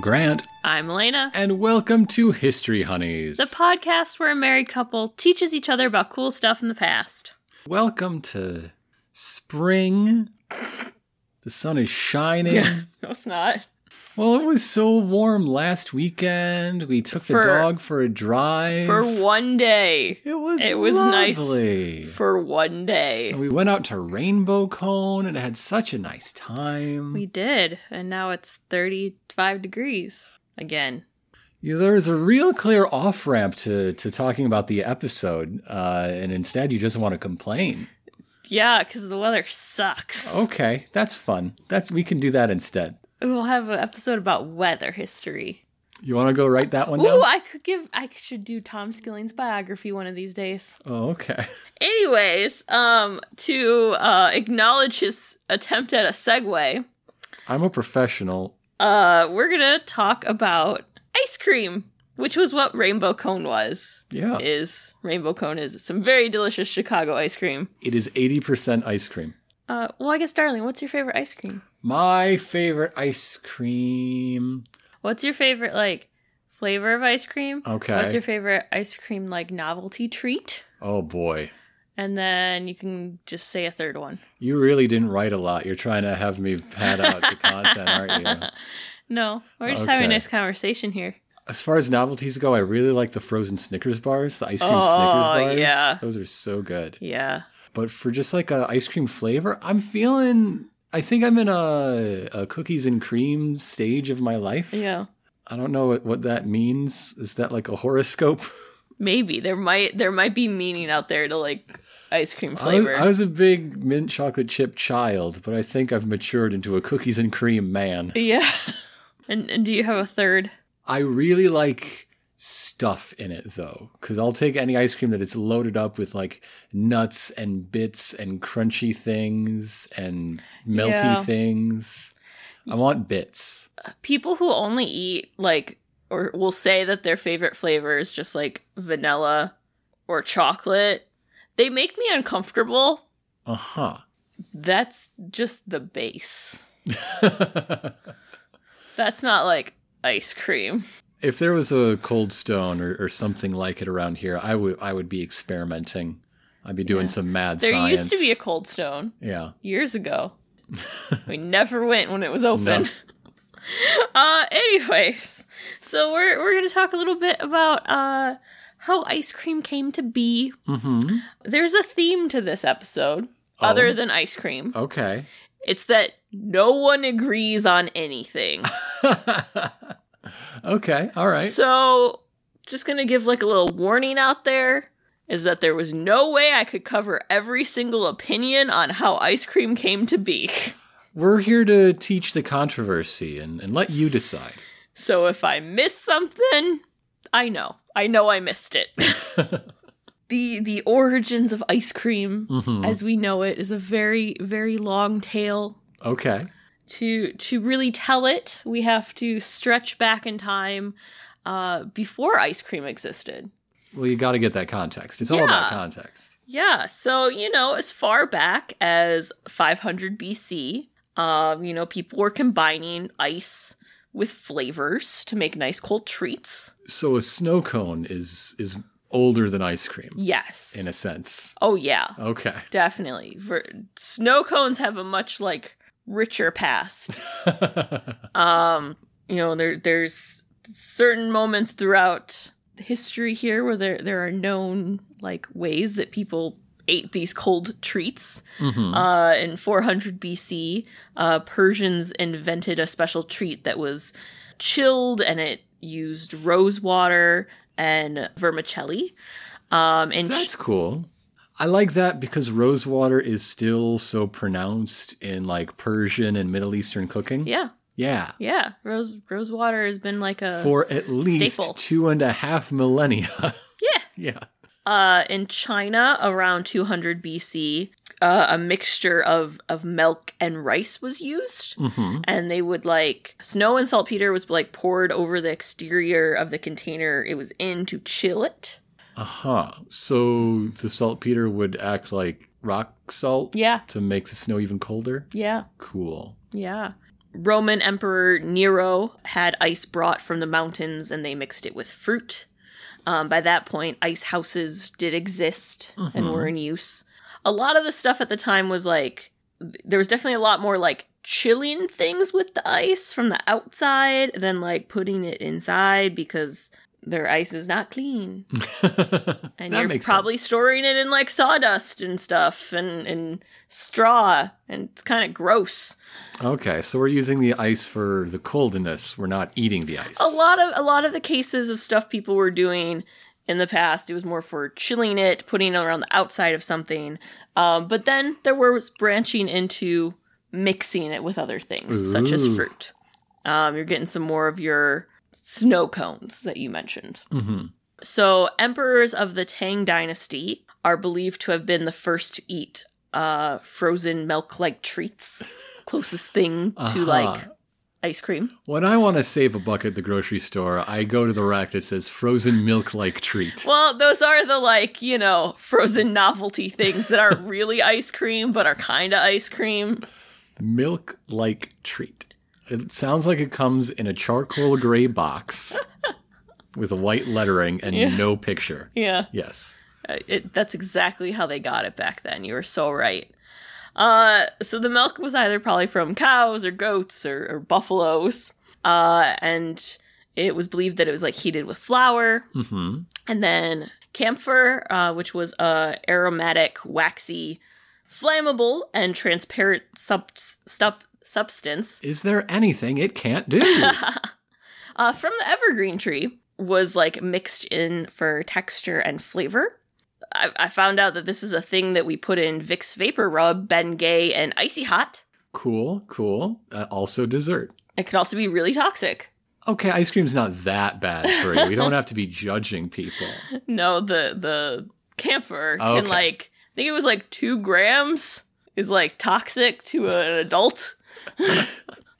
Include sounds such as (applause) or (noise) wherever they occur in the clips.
Grant, I'm Elena, and welcome to History Honeys. the podcast where a married couple teaches each other about cool stuff in (laughs) the past. welcome to spring. The sun is shining. no, it's not. well, it was so warm last weekend. We took For- the dog for a drive. For one day. it was it was nice. lovely. For one And day. we went out to Rainbow Cone and had such a nice time. We did, and now it's 35 degrees again. Yeah, there is a real clear off ramp to, to talking about the episode, uh, and instead you just want to complain. Yeah, because the weather sucks. Okay, that's fun. That's we can do that instead. We'll have an episode about weather history. You want to go write that one down? Ooh, I could give, I should do Tom Skilling's biography one of these days. oh, okay. (laughs) Anyways, um, to uh, acknowledge his attempt at a segue, I'm a professional. uh, we're gonna talk about ice cream, which was what Rainbow Cone was. Yeah, Is Rainbow Cone is some very delicious Chicago ice cream. it is 80% ice cream. Uh, well, I guess, darling, what's your favorite ice cream? My favorite ice cream. What's your favorite like flavor of ice cream? Okay. What's your favorite ice cream like novelty treat? oh boy, And then you can just say a third one. you really didn't write a lot. You're trying to have me pad out the content, aren't you? (laughs) No, we're just having a Okay. nice conversation here. As far as novelties go, I really like the frozen Snickers bars, the ice cream Oh, Snickers bars. yeah. Those are so good. Yeah. But for just like a ice cream flavor, I'm feeling I think I'm in a, a cookies and cream stage of my life. Yeah. I don't know what, what that means. Is that like a (laughs) horoscope? Maybe there might there might be meaning out there to like ice cream I was, flavor. I was a big mint chocolate chip child, but I think I've matured into a cookies and cream man. yeah. (laughs) And and do you have a third? I really like stuff in it though, because I'll take any ice cream that is loaded up with like nuts and bits and crunchy things and melty Yeah. things. I want bits. People who only eat like or will say that their favorite flavor is just like vanilla or chocolate. They make me uncomfortable. Uh (laughs) huh. That's just the base. if That's not like ice cream. there was a cold stone or, or something like it around here, I would I would be experimenting. I'd be doing Yeah. some mad There science. used to be a cold stone yeah. (laughs) years ago. we never went when it was open. No. (laughs) uh anyways, so we're we're going to talk a little bit about uh how ice cream came to be. Mm-hmm. There's a theme to this episode Oh. other than ice cream. Okay. (laughs) It's that no one agrees on (laughs) anything. okay. All right. So, just going to give like a little warning out there is that there was no way I could cover every single opinion on how ice cream came to be. (laughs) We're here to teach the controversy and, and let you decide. So if I miss something, I know. I know I missed it. (laughs) the the origins of ice cream Mhm. as we know it is a very very long tale. Okay. To to really tell it, we have to stretch back in time uh before ice cream existed. Well, you got to get that context. It's all about Yeah. context. Yeah, so you know, as far back as 500 BC, um, you know, people were combining ice with flavors to make nice cold treats. So a snow cone is is older than ice cream Yes. in a sense. oh yeah, Okay. (laughs) definitely. Ver- snow cones have a much like richer past. um, you know, there there's certain moments throughout history here where there there are known like ways that people ate these cold treats. Mhm. Uh, in 400 BC, uh, Persians invented a special treat that was chilled and it used rose water and vermicelli. Um, and That's cool. I like that because rose water is still so pronounced in like Persian and Middle Eastern cooking. yeah, Yeah. yeah, rose rose water has been like a For at least Uh, staple. two and a half millennia. (laughs) yeah. yeah. Uh, in China, around 200 BC, uh, a mixture of of milk and rice was used. hmm and they would like snow and saltpeter was like poured over the exterior of the container it was in to chill it. Uh huh. So the saltpeter would act like rock salt Yeah, to make the snow even colder. yeah, Cool. (laughs) yeah. Roman Emperor Nero had ice brought from the mountains and they mixed it with fruit. Um, by that point, ice houses did exist and Mm-hmm. were in use. A lot of the stuff at the time was like, th- there was definitely a lot more like chilling things with the ice from the outside than like putting it inside because their ice is not clean and Mm, That you're makes probably sense. storing it in like sawdust and stuff and, and straw and it's kind of gross Okay, so we're using the ice for the coldness. We're not eating the ice. a lot of a lot of the cases of stuff people were doing in the past it was more for chilling it putting it around the outside of something um, but then there was branching into mixing it with other things such as Ooh. fruit um, you're getting some more of your snow cones that you mentioned hmm So, emperors of the Tang dynasty are believed to have been the first to eat uh, frozen milk like treats, closest thing to Uh-huh. like ice cream. When I want to save a buck at the grocery store, I go to the rack that says frozen milk like treat. Well, those are the like, you know, frozen novelty things that aren't really ice cream, but are kind of ice cream. Milk like treat. It sounds like it comes in a charcoal gray box with a white lettering and Yeah. no picture. Yeah. Yes. Uh, It, that's exactly how they got it back then. You were so right. Uh, so the milk was either probably from cows or goats or, or buffaloes, uh, and it was believed that it was like heated with flour, hmm and then camphor, uh, which was a aromatic, waxy, flammable, and transparent sub- stup- substance Is there anything it can't do? (laughs) uh, from the evergreen tree was like mixed in for texture and flavor. I, I found out that this is a thing that we put in Vicks Vapor Rub, Ben Gay, and Icy Hot. cool, cool. Uh, also dessert. It can also be really toxic. (laughs) Okay, ice cream's not that bad for you. We don't have to be judging people. No, the the camphor Oh, can okay. like I think it was like two grams is like toxic to an adult.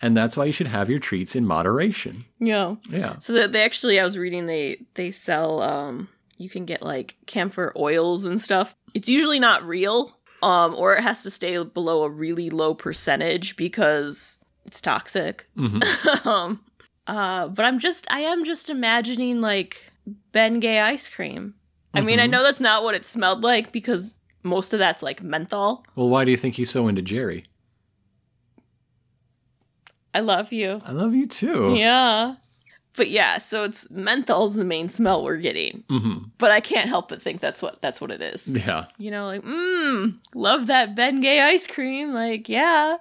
And that's why you should have your treats in moderation. Yeah. Yeah. So that they actually, I was reading they they sell um you can get like camphor oils and stuff. It's usually not real, um, or it has to stay below a really low percentage because it's toxic. (laughs) hmm um, uh, but I'm just I am just imagining like Ben Gay ice cream. I mean, I Mhm. know that's not what it smelled like because most of that's like menthol. Well, why do you think he's so into Jerry? I love you. I love you too. Yeah. But yeah, so it's menthol's the main smell we're getting. hmm But I can't help but think that's what that's what it is. Yeah. you know, like, mmm, love that Ben Gay ice cream. Like, yeah.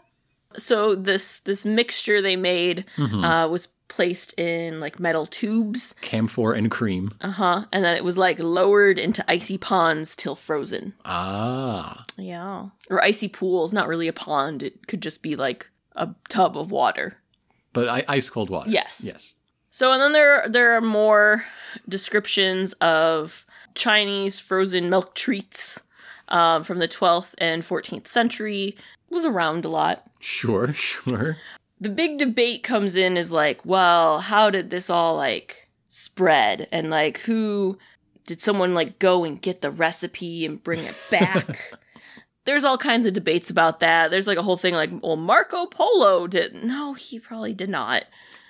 So this this mixture they made hmm uh, was placed in like metal tubes, Camphor and cream. uh huh, and then it was like lowered into icy ponds till frozen. Ah. Yeah, or icy pools. Not really a pond. It could just be like a tub of water. But I- ice cold water. Yes. Yes. So and then there there are more descriptions of Chinese frozen milk treats um, from the 12th and 14th century. It was around a lot. Sure, (laughs) sure. the big debate comes in is like, well, how did this all like spread? And like, who did someone like go and get the recipe and bring it back? There's all kinds of debates about that. There's like a whole thing like, well, Marco Polo did. No, he probably did not.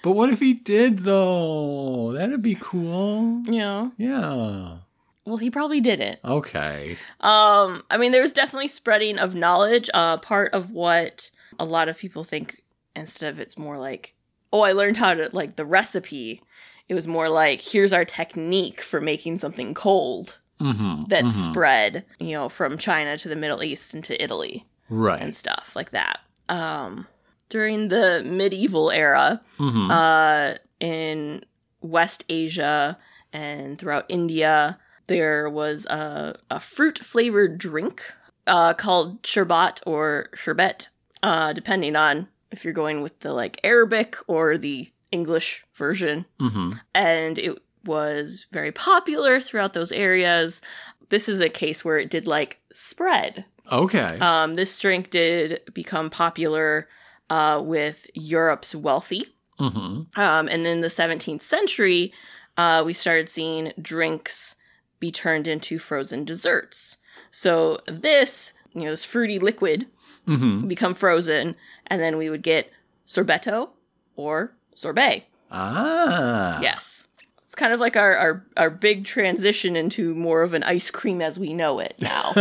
But what if he did, though? That'd be cool. You know, Yeah. well, he probably didn't. Okay. Um, I mean, there was definitely spreading of knowledge. Uh, part of what a lot of people think instead of it's more like, oh, I learned how to like the recipe. It was more like, here's our technique for making something cold Mm-hmm. that spread, you know, from China to the Middle East and to Italy and Right. stuff like that. Um, during the medieval era, Mm-hmm. uh, in West Asia and throughout India, there was a, a fruit flavored drink uh, called sherbat or sherbet, uh, depending on if you're going with the like Arabic or the English version. mm-hmm. And it was very popular throughout those areas. This is a case where it did like spread. Okay. Um, this drink did become popular uh, with Europe's wealthy. mm-hmm. Um, and then the 17th century, uh, we started seeing drinks be turned into frozen desserts. So this, you know, this fruity liquid Mm-hmm. would become frozen, and then we would get sorbetto or sorbet. Ah. Yes. It's kind of like our, our, our big transition into more of an ice cream as we know it now.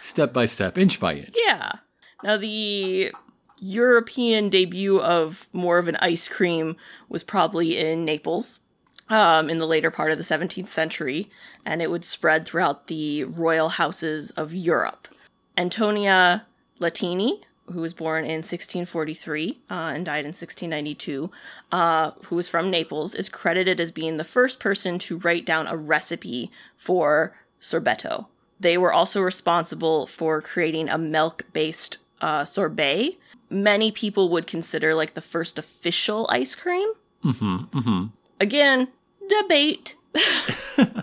Step by step, inch by inch. yeah. Now, the European debut of more of an ice cream was probably in Naples um, in the later part of the 17th century, and it would spread throughout the royal houses of Europe. Antonia Latini, who was born in 1643 uh, and died in 1692, uh, who was from Naples, is credited as being the first person to write down a recipe for sorbetto. They were also responsible for creating a milk based uh, sorbet. Many people would consider like the first official ice cream. Mm-hmm, mm-hmm. Again, debate. It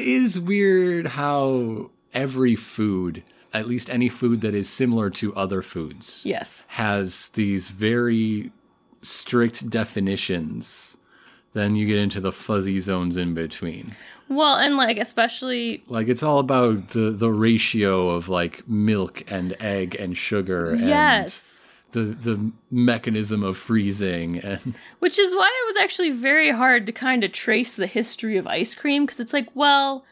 is weird how every food, at least any food that is similar to other foods, Yes. has these very strict definitions. Then you get into the fuzzy zones in between. Well, and like especially Like it's all about the, the ratio of like milk and egg and sugar yes, and the the mechanism of freezing and (laughs) which is why it was actually very hard to kind of trace the history of ice cream because it's like, well,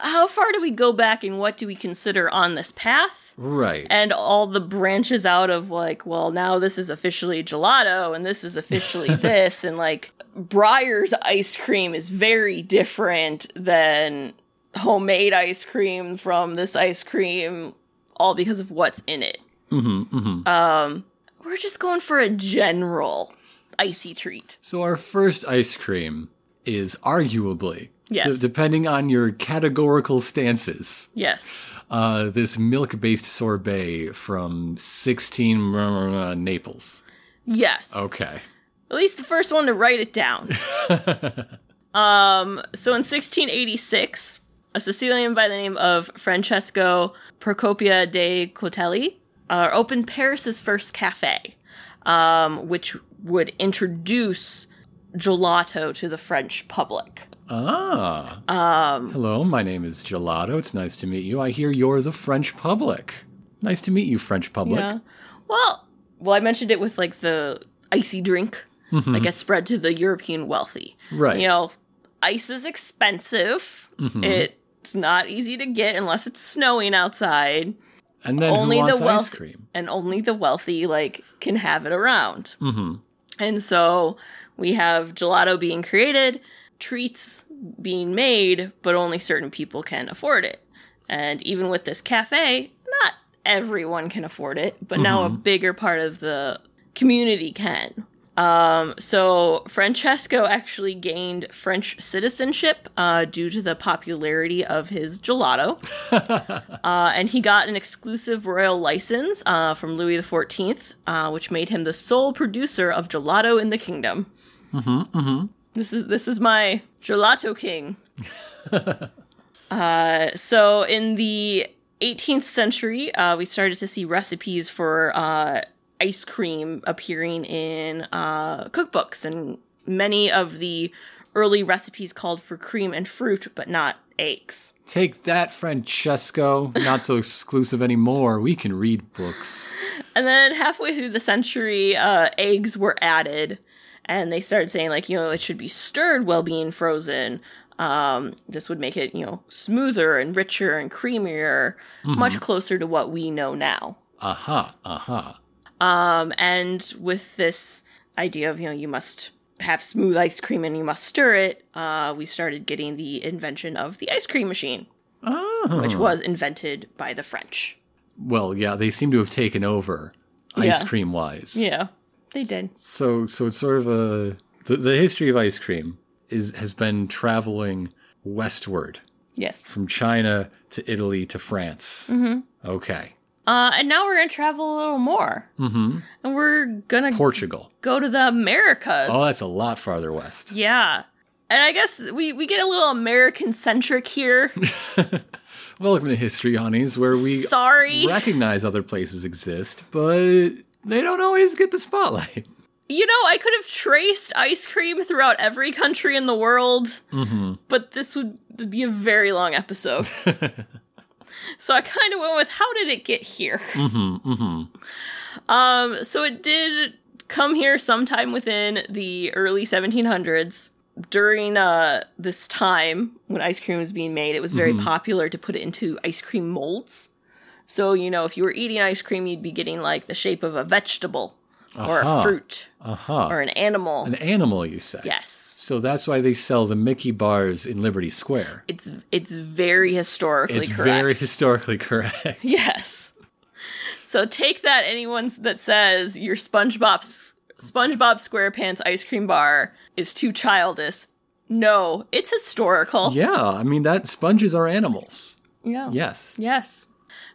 how far do we go back and what do we consider on this path? right. And all the branches out of like, well, now this is officially gelato and this is officially this and like Breyer's ice cream is very different than homemade ice cream from this ice cream all because of what's in it. hmm hmm Um, we're just going for a general icy treat. So our first ice cream is arguably, Yes. de- depending on your categorical stances, Yes. uh, this milk-based sorbet from 16 blah, blah, blah, Naples. Yes. Okay. At least the first one to write it down. (laughs) um, so in 1686, a Sicilian by the name of Francesco Procopia de Cotelli uh, opened Paris's first cafe, um, which would introduce gelato to the French public. Ah. Um, Hello, my name is Gelato. It's nice to meet you. I hear you're the French public. Nice to meet you, French public. Yeah. Well, well, I mentioned it with like the icy drink Mm-hmm. that gets spread to the European wealthy. Right. You know, ice is expensive. It's not easy to get unless it's snowing outside, And then Only who the wants ice wealth- cream? and only the wealthy like can have it around. Mm-hmm. And so we have gelato being created, treats being made, but only certain people can afford it. And even with this cafe, not everyone can afford it, but now a bigger part of the community can. Um, so Francesco actually gained French citizenship uh, due to the popularity of his gelato. Uh, and he got an exclusive royal license uh, from Louis XIV, uh, which made him the sole producer of gelato in the kingdom. Mm-hmm. Mm-hmm. This is this is my gelato king. (laughs) uh, so in the 18th century, uh, we started to see recipes for uh, ice cream appearing in uh, cookbooks, and many of the early recipes called for cream and fruit, but not eggs. Take that, Francesco. Not so exclusive anymore. We can read books. And then halfway through the century, uh, eggs were added, and they started saying like, you know, it should be stirred while being frozen. Um, this would make it, you know, smoother and richer and creamier, much closer to what we know now. Aha, aha. Um, and with this idea of, you know, you must have smooth ice cream and you must stir it, uh, we started getting the invention of the ice cream machine, Oh. which was invented by the French. Well, yeah, they seem to have taken over ice Yeah. cream wise. Yeah, they did. So so it's sort of a the, the history of ice cream is has been traveling westward Yes. from China to Italy to France. Mm-hmm. Okay. Uh, and now we're gonna travel a little more, Mm-hmm. and we're gonna Portugal. go to the Americas. Oh, that's a lot farther west. yeah. And I guess we we get a little American (laughs) centric here. Welcome to History Honeys, where we Sorry, recognize other places exist, but they don't always get the (laughs) spotlight. you know I could have traced ice cream throughout every country in the world, Mm-hmm. but this would be a very (laughs) long episode. so I kind of went with how did it get here? Mm-hmm. Mm-hmm. Um, so it did come here sometime within the early 1700s. During uh, this time when ice cream was being made, it was very Mhm. popular to put it into ice cream molds. So, you know, if you were eating ice cream, you'd be getting like the shape of a vegetable or a Aha. fruit Uh huh. or an animal. An animal, you say? yes. So that's why they sell the Mickey bars in Liberty Square. It's it's very historically It's correct. very (laughs) historically correct. (laughs) (laughs) Yes. So take that anyone that says your SpongeBob SpongeBob SquarePants ice cream bar is too childish. No, it's historical. yeah, I mean that sponges are animals. Yeah. Yes. Yes.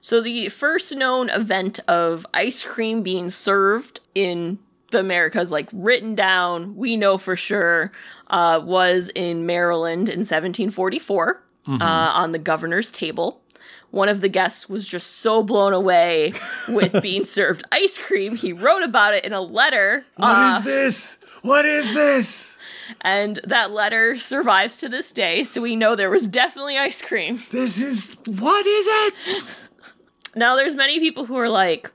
So the first known event of ice cream being served in the Americas, like written down, we know for sure, uh, was in Maryland in 1744 Mm-hmm. uh, on the governor's table. One of the guests was just so blown away (laughs) with being served ice cream, he wrote about it in a letter. uh, What is this? What is this? and that letter survives to this day, so we know there was definitely ice cream. This is what is it? Now, there's many people who are like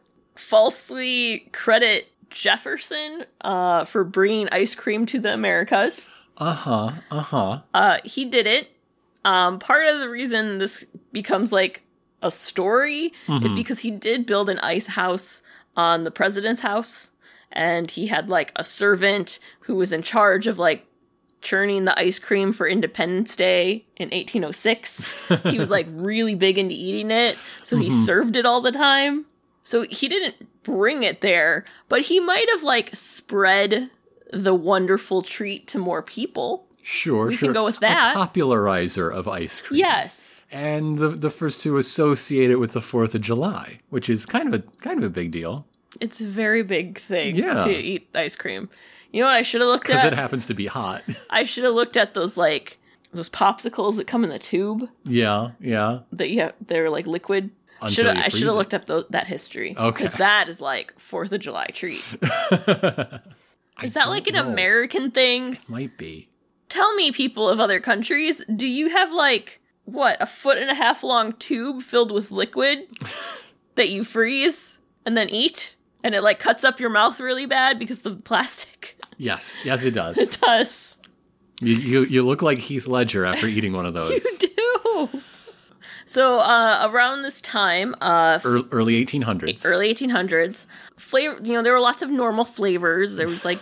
falsely credit Jefferson uh, for bringing ice cream to the Americas. Uh huh. Uh huh. Uh, he didn't. Um, part of the reason this becomes like a story is because he did build an ice house on the president's house, and he had like a servant who was in charge of like churning the ice cream for Independence Day in 1806. he was like really big into eating it, so he served it all the time. So he didn't bring it there, but he might have like spread the wonderful treat to more people. Sure. We can sure. go with A that. popularizer of ice cream. Yes. And the the first to associate it with the Fourth of July, which is kind of a kind of a big deal It's a very big thing Yeah. to eat ice cream. You know what I should have looked because at? it happens to be (laughs) hot. I should have looked at those like those popsicles that come in the tube yeah. Yeah. that you have, they're like liquid. Until Should Oh, you I should freeze have it. looked up tho- that history. Okay. Because that is like Fourth of July (laughs) treat. (laughs) Is that don't like an know. American thing? Might be. Tell me, people of other countries, do you have like what a foot and a half long tube filled with liquid (laughs) that you freeze and then eat, and it like cuts up your mouth really bad because the plastic? (laughs) Yes. Yes, it does. It does. You, you you look like Heath Ledger after eating one of (laughs) You those. do. So uh, around this time, uh, f- Ear- Early 1800s. early 1800s, flavor. You know, there were lots of normal flavors. There was like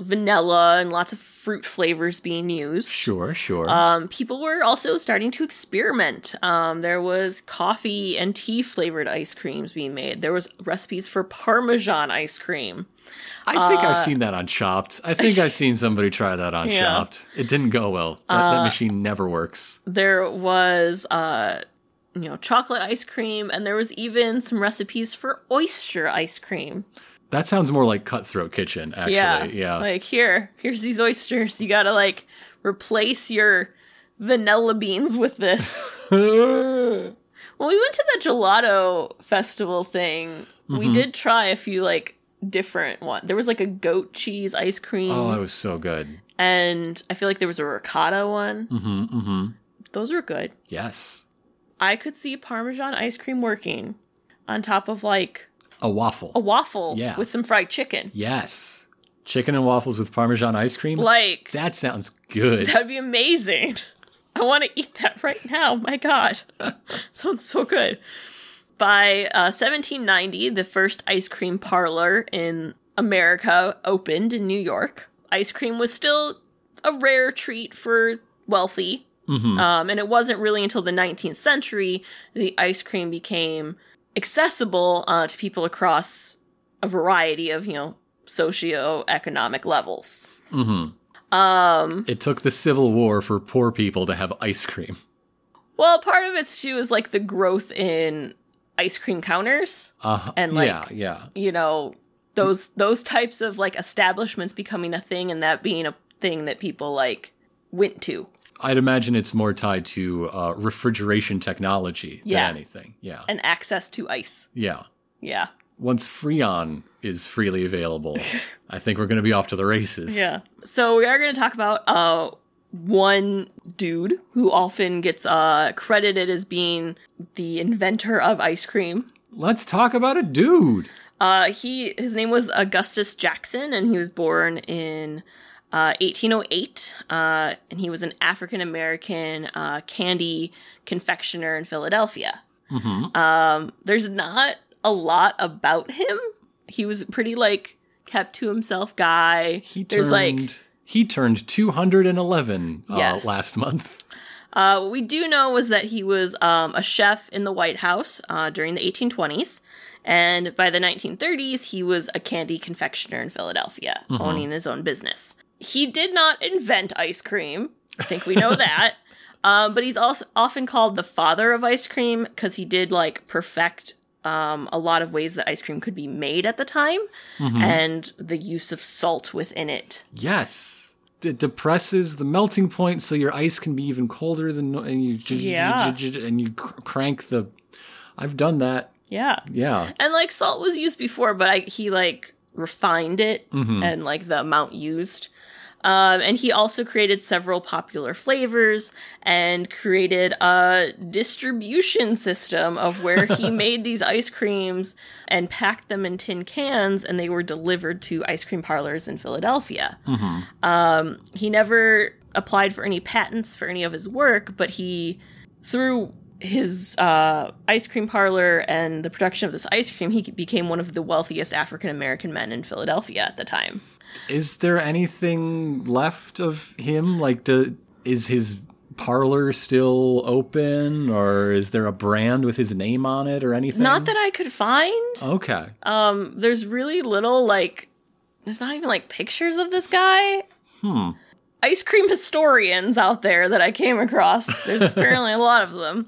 vanilla and lots of fruit flavors being used. Sure, sure. Um, people were also starting to experiment. Um, there was coffee and tea flavored ice creams being made. There was recipes for Parmesan ice cream. I think I've seen that on Chopped. I think I've seen somebody try that on uh, (laughs) Yeah. Uh, Chopped. It didn't go well. That, that machine never works. There was, uh, you know, chocolate ice cream, and there was even some recipes for oyster ice cream. That sounds more like Cutthroat Kitchen, actually. Yeah. (laughs) Like here, here's these oysters. You gotta like replace your vanilla beans with this. (laughs) Oh, When we went to the gelato festival thing, Mm-hmm. we did try a few like different one. There was like a goat cheese ice cream, oh, that was so good. and I feel like there was a ricotta one. hmm hmm Those were good. Yes. I could see Parmesan ice cream working on top of like A waffle. a waffle Yeah. with some fried chicken. Yes. Chicken and waffles with Parmesan ice cream. Like that sounds good. that'd be amazing. I want to eat that right now. My God, (laughs) sounds so good. By uh, 1790, the first ice cream parlor in America opened in New York. Ice cream was still a rare treat for wealthy, Mhm. um, and it wasn't really until the 19th century the ice cream became accessible uh, to people across a variety of you know socioeconomic levels. Mhm. Um, It took the Civil War for poor people to have ice cream. Well, part of it's she was like the growth in ice cream counters, Uh, And, like, yeah, yeah. you know, those those types of like establishments becoming a thing and that being a thing that people like went to. I'd imagine it's more tied to uh, refrigeration technology Yeah. than anything. Yeah. And access to ice. yeah. Yeah. Once Freon is freely (laughs) available, I think we're going to be off to the races. So we are going to talk about uh one dude who often gets uh credited as being the inventor of ice cream. Let's talk about a dude. Uh, he his name was Augustus Jackson, and he was born in uh, 1808. Uh, and he was an African American uh, candy confectioner in Philadelphia. hmm Um, there's not a lot about him. He was a pretty like kept to himself guy. He turned. there's like he turned 211 uh, Yes. last month. Uh, what we do know was that he was um, a chef in the White House uh, during the 1820s, and by the 1930s, he was a candy confectioner in Philadelphia, Mhm. owning his own business. He did not invent ice cream. I think we know that. Um, but he's also often called the father of ice cream because he did like perfect um, a lot of ways that ice cream could be made at the time Mhm. and the use of salt within it. Yes. It depresses the melting point so your ice can be even colder than no- and you j- j- Yeah. j- j- and you cr- crank the I've done that. Yeah. Yeah. And like salt was used before, but I, he like refined it Mhm. and like the amount used. Um, and he also created several popular flavors and created a distribution system of where he made these ice creams and packed them in tin cans and they were delivered to ice cream parlors in Philadelphia. Mhm. Um, he never applied for any patents for any of his work, but he, through his uh, ice cream parlor and the production of this ice cream, he became one of the wealthiest African American men in Philadelphia at the time. Is there anything left of him? Like do, is his parlor still open or is there a brand with his name on it or anything? Not that I could find. Okay. Um, there's really little like, there's not even like pictures of this guy. Hmm. ice cream historians out there that I came (laughs) across. There's apparently a lot of them.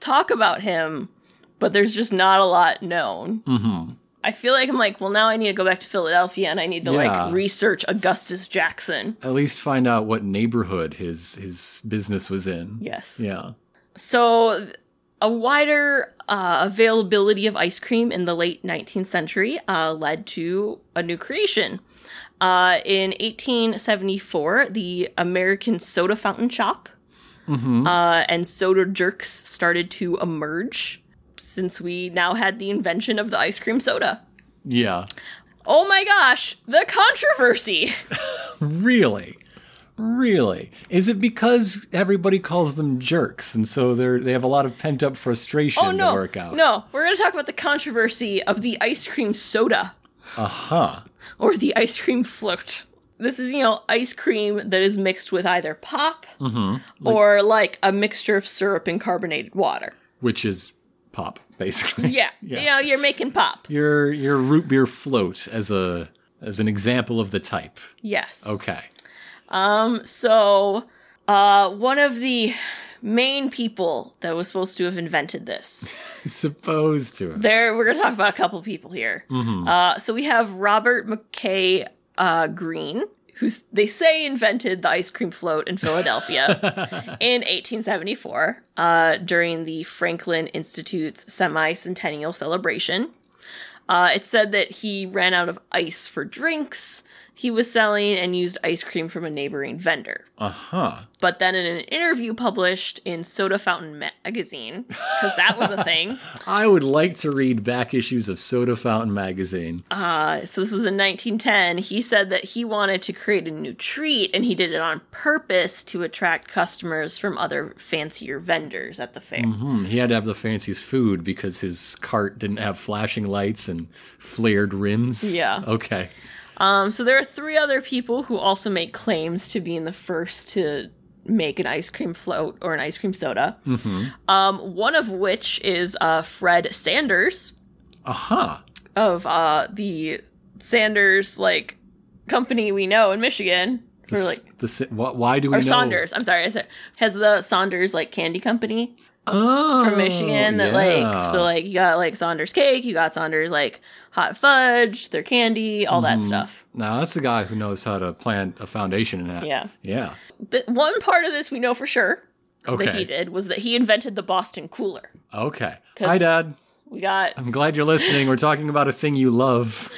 Talk about him, but there's just not a lot known. Mhm. I feel like I'm like, well, now I need to go back to Philadelphia and I need to Yeah. like research Augustus Jackson. At least find out what neighborhood his his business was in. Yes. Yeah. So, th- a wider uh, availability of ice cream in the late 19th century uh, led to a new creation. Uh, in 1874, the American Soda Fountain Shop Mhm. uh, and soda jerks started to emerge since we now had the invention of the ice cream soda. yeah. Oh my gosh, the controversy! Really? Really? Is it because everybody calls them jerks and so they're they have a lot of pent up frustration Oh no, to work out? no, we're gonna talk about the controversy of the ice cream soda Uh-huh. or the ice cream float. This is, you know, ice cream that is mixed with either pop Mm-hmm. or like a mixture of syrup and carbonated water. Which is pop, basically. Yeah, Yeah. you know, you're making pop. (laughs) Your your root beer float as a as an example of the type. Yes. Okay. So, uh, one of the main people that was supposed to have invented this. Supposed to. have. There, we're going to talk about a couple people here. Uh, so we have Robert McKay uh, Green, who's they say invented the ice cream float in Philadelphia in 1874 uh, during the Franklin Institute's semi-centennial celebration. Uh, it said that he ran out of ice for drinks he was selling and used ice cream from a neighboring vendor. Uh-huh. But then in an interview published in Soda Fountain Magazine, because that was a thing. I would like to read back issues of Soda Fountain magazine. Uh, so this was in 1910. He said that he wanted to create a new treat, and he did it on purpose to attract customers from other fancier vendors at the fair. Hmm, he had to have the fanciest food because his cart didn't have flashing lights and flared rims. Yeah. Okay. Um, so there are three other people who also make claims to being the first to make an ice cream float or an ice cream soda. Mm-hmm. Um, one of which is uh, Fred Sanders, Aha. of uh the Sanders like company we know in Michigan. Or like the, si- wh- why do we or know Saunders. I'm sorry, I said has the Saunders like candy company oh, from Michigan that yeah. like so like you got like Saunders cake, you got Saunders like hot fudge, their candy, all Mm-hmm. that stuff. now that's the guy who knows how to plant a foundation in that. Yeah. Yeah. The one part of this we know for sure that he Okay. did was that he invented the Boston cooler. Okay. 'Cause- Hi, Dad. We got I'm glad you're listening. We're talking about a thing you love.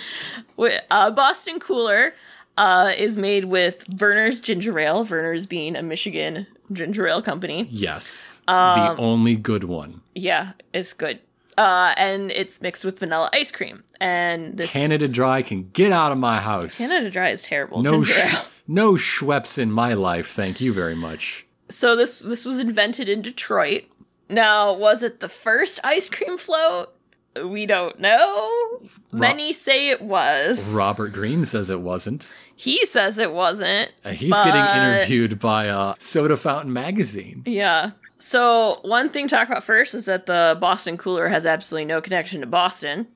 Wi- uh, Boston Cooler uh, is made with Verner's ginger ale. Verner's being a Michigan ginger ale company. Yes. Um, the only good one. Yeah, it's good. uh, and it's mixed with vanilla ice cream. And this Canada Dry can get out of my house. Canada Dry is terrible. no, ginger ale. sh- no Schweppes in my life. Thank you very much. So this this was invented in Detroit. Now, was it the first ice cream float? We don't know. Many say it was. Robert Greene says it wasn't. He says it wasn't. Uh, he's getting But- interviewed by uh, Soda Fountain Magazine. Yeah. So one thing to talk about first is that the Boston cooler has absolutely no connection to Boston.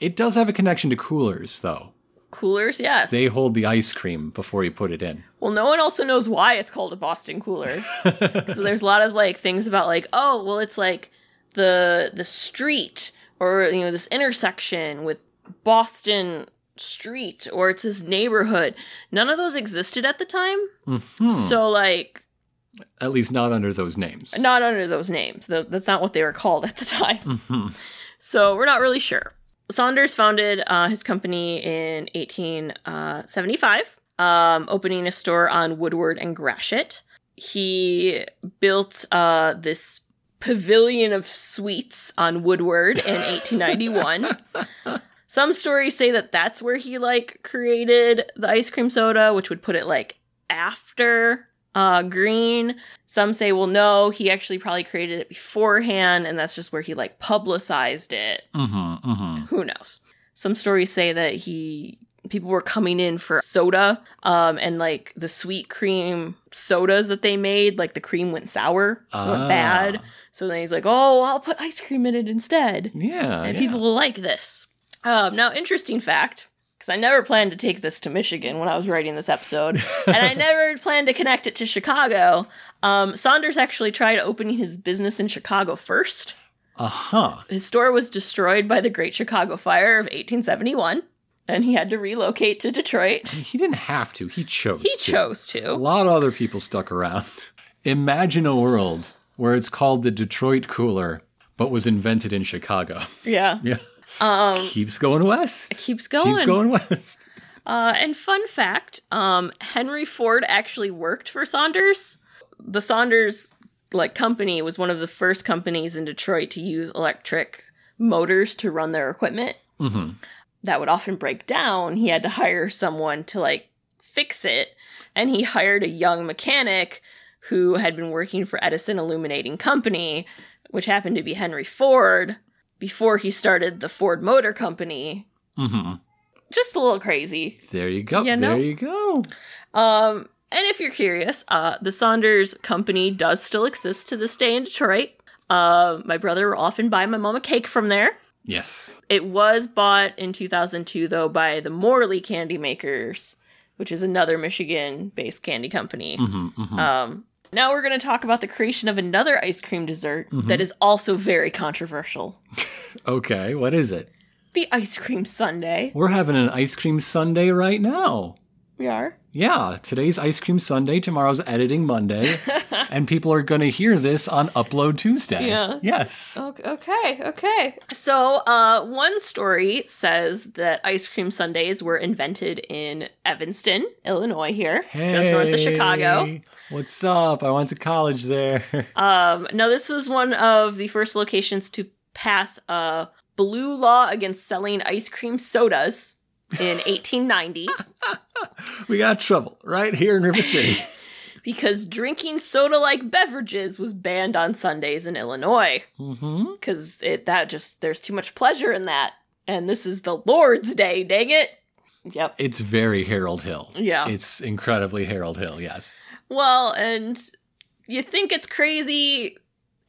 It does have a connection to coolers, though. Coolers, yes. They hold the ice cream before you put it in. well, no one also knows why it's called a Boston cooler. so there's a lot of like things about like, oh, well, it's like the the street or you know this intersection with Boston Street or it's this neighborhood. None of those existed at the time. Mhm. So like At least not under those names. not under those names. Tho- That's not what they were called at the (laughs) time. Mhm. So we're not really sure. Saunders founded uh, his company in 1875, um, opening a store on Woodward and Gratiot. He built uh, this pavilion of sweets on Woodward in 1891. Some stories say that that's where he like created the ice cream soda, which would put it like after uh, Green. Some say, well, no, he actually probably created it beforehand, and that's just where he like publicized it. Mhm. Mhm. Who knows? Some stories say that he people were coming in for soda, um, and like the sweet cream sodas that they made, like the cream went sour, Ah. went bad. So then he's like, oh, I'll put ice cream in it instead, Oh, Yeah. and yeah. people will like this. Um, now, interesting fact. Because I never planned to take this to Michigan when I was writing this episode, and I never planned to connect it to Chicago. Um, Saunders actually tried opening his business in Chicago first, Uh-huh. his store was destroyed by the Great Chicago Fire of 1871, and he had to relocate to Detroit. He didn't have to. He chose He to. chose A to. lot of other people stuck around. Imagine a world where it's called the Detroit Cooler, but was invented in Chicago. Yeah. Yeah. Um, Keeps going west. keeps going. Keeps going west. Uh, and fun fact um, Henry Ford actually worked for Saunders. The Saunders like company was one of the first companies in Detroit to use electric motors to run their equipment. hmm that would often break down, he had to hire someone to like fix it. And he hired a young mechanic who had been working for Edison Illuminating Company, which happened to be Henry Ford, before he started the Ford Motor Company. hmm Just a little crazy. There you go. You know? There you go. Um, and if you're curious, uh, the Saunders Company does still exist to this day in Detroit. Uh, my brother will often buy my mom a cake from there. Yes. It was bought in 2002 though by the Morley Candy Makers, which is another Michigan-based candy company. hmm hmm Um, now we're going to talk about the creation of another ice cream dessert Mhm. that is also very controversial: okay. What is it? the ice cream sundae. We're having an ice cream Sunday right now. We are. Yeah, today's ice cream Sunday, tomorrow's editing Monday, (laughs) and people are going to hear this on upload Tuesday. Yeah. Yes. Okay, okay, okay. So, uh, one story says that ice cream sundaes were invented in Evanston, Illinois, here, just north of Chicago. Hey, What's up? I went to college there. (laughs) Um, now, this was one of the first locations to pass a blue law against selling ice cream sodas in (laughs) 1890 we got trouble right here in River City. because drinking soda like beverages was banned on Sundays in Illinois (laughs) mm-hmm. because it that just there's too much pleasure in that. And this is the Lord's Day, dang it. Yep. It's very Harold Hill. Yeah. It's incredibly Harold Hill, yes. Well, and you think it's crazy,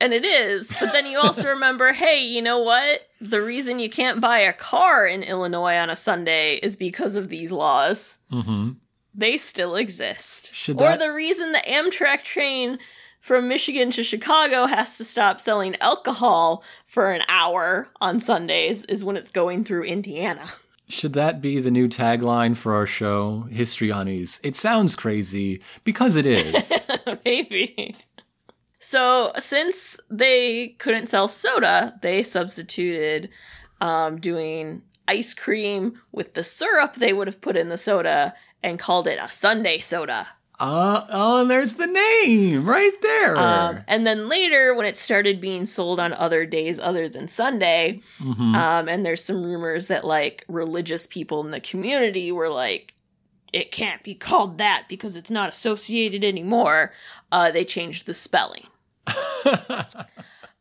and it is, but then you (laughs) also remember hey, you know what? The reason you can't buy a car in Illinois on a Sunday is because of these laws. Mm-hmm. They still exist. Should or that- the reason the Amtrak train from Michigan to Chicago has to stop selling alcohol for an hour on Sundays is when it's going through Indiana. Should that be the new tagline for our show, History on Ease? It sounds crazy because it (laughs) is. (laughs) Maybe. So, since they couldn't sell soda, they substituted um, doing ice cream with the syrup they would have put in the soda and called it a Sunday soda. Uh, oh, and there's the name right there. Um, and then later, when it started being sold on other days other than Sunday, Mhm. um, and there's some rumors that like religious people in the community were like, it can't be called that because it's not associated anymore, uh, they changed the spelling. uh, (laughs)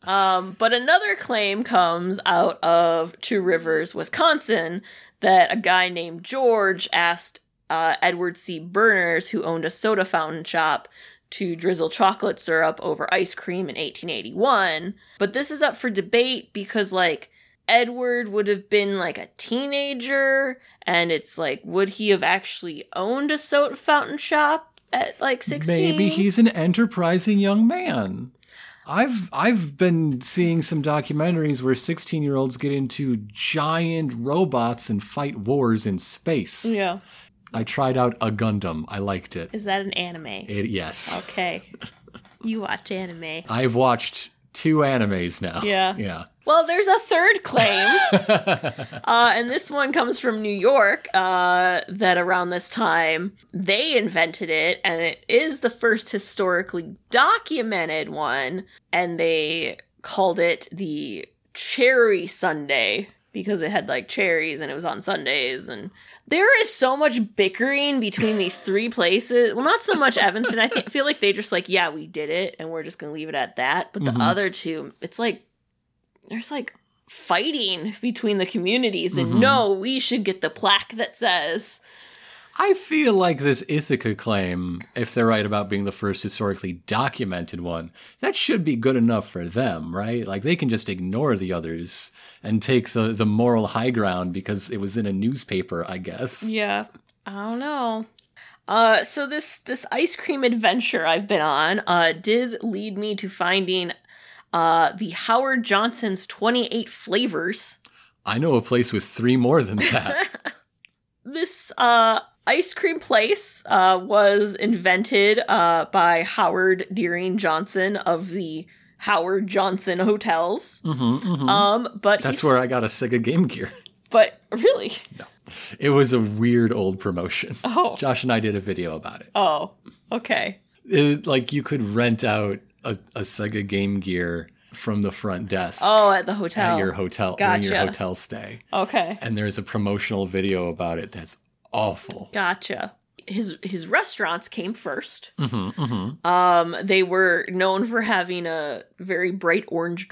Um, but another claim comes out of Two Rivers, Wisconsin, that a guy named George asked uh, Edward C. Berners, who owned a soda fountain shop, to drizzle chocolate syrup over ice cream in 1881. But this is up for debate because, like, Edward would have been like a teenager, and it's like, would he have actually owned a soda fountain shop at like 16? Maybe he's an enterprising young man. I've I've been seeing some documentaries where 16-year-olds get into giant robots and fight wars in space. Yeah. I tried out a Gundam. I liked it. Is that an anime? It yes. Okay. You watch anime. I've watched two animes now. Yeah. Yeah. Well, there's a third claim, (laughs) (laughs) uh, and this one comes from New York. Uh, that around this time they invented it, and it is the first historically documented one, and they called it the Cherry Sunday because it had like cherries and it was on Sundays and there is so much bickering between these three places. Well, not so much Evanston. I think feel like they just like, yeah, we did it and we're just going to leave it at that. But the Mhm. other two, it's like there's like fighting between the communities and Mhm. no, we should get the plaque that says I feel like this Ithaca claim, if they're right about being the first historically documented one, that should be good enough for them, right? Like they can just ignore the others and take the, the moral high ground because it was in a newspaper, I guess. Yeah. I don't know. Uh so this this ice cream adventure I've been on uh did lead me to finding uh the Howard Johnson's 28 flavors. I know a place with three more than that. (laughs) This uh ice cream place uh was invented uh by Howard Deering Johnson of the Howard Johnson Hotels. hmm hmm Um but That's he's- where I got a Sega Game Gear. but really (laughs) It was a weird old promotion. Oh. Josh and I did a video about it. Oh. Okay. it was like you could rent out a, a Sega Game Gear from the front desk Oh, at the at hotel. your hotel during your Gotcha. hotel stay, okay. and there's a promotional video about it that's awful. Gotcha. His his restaurants came first. hmm hmm Um, they were known for having a very bright orange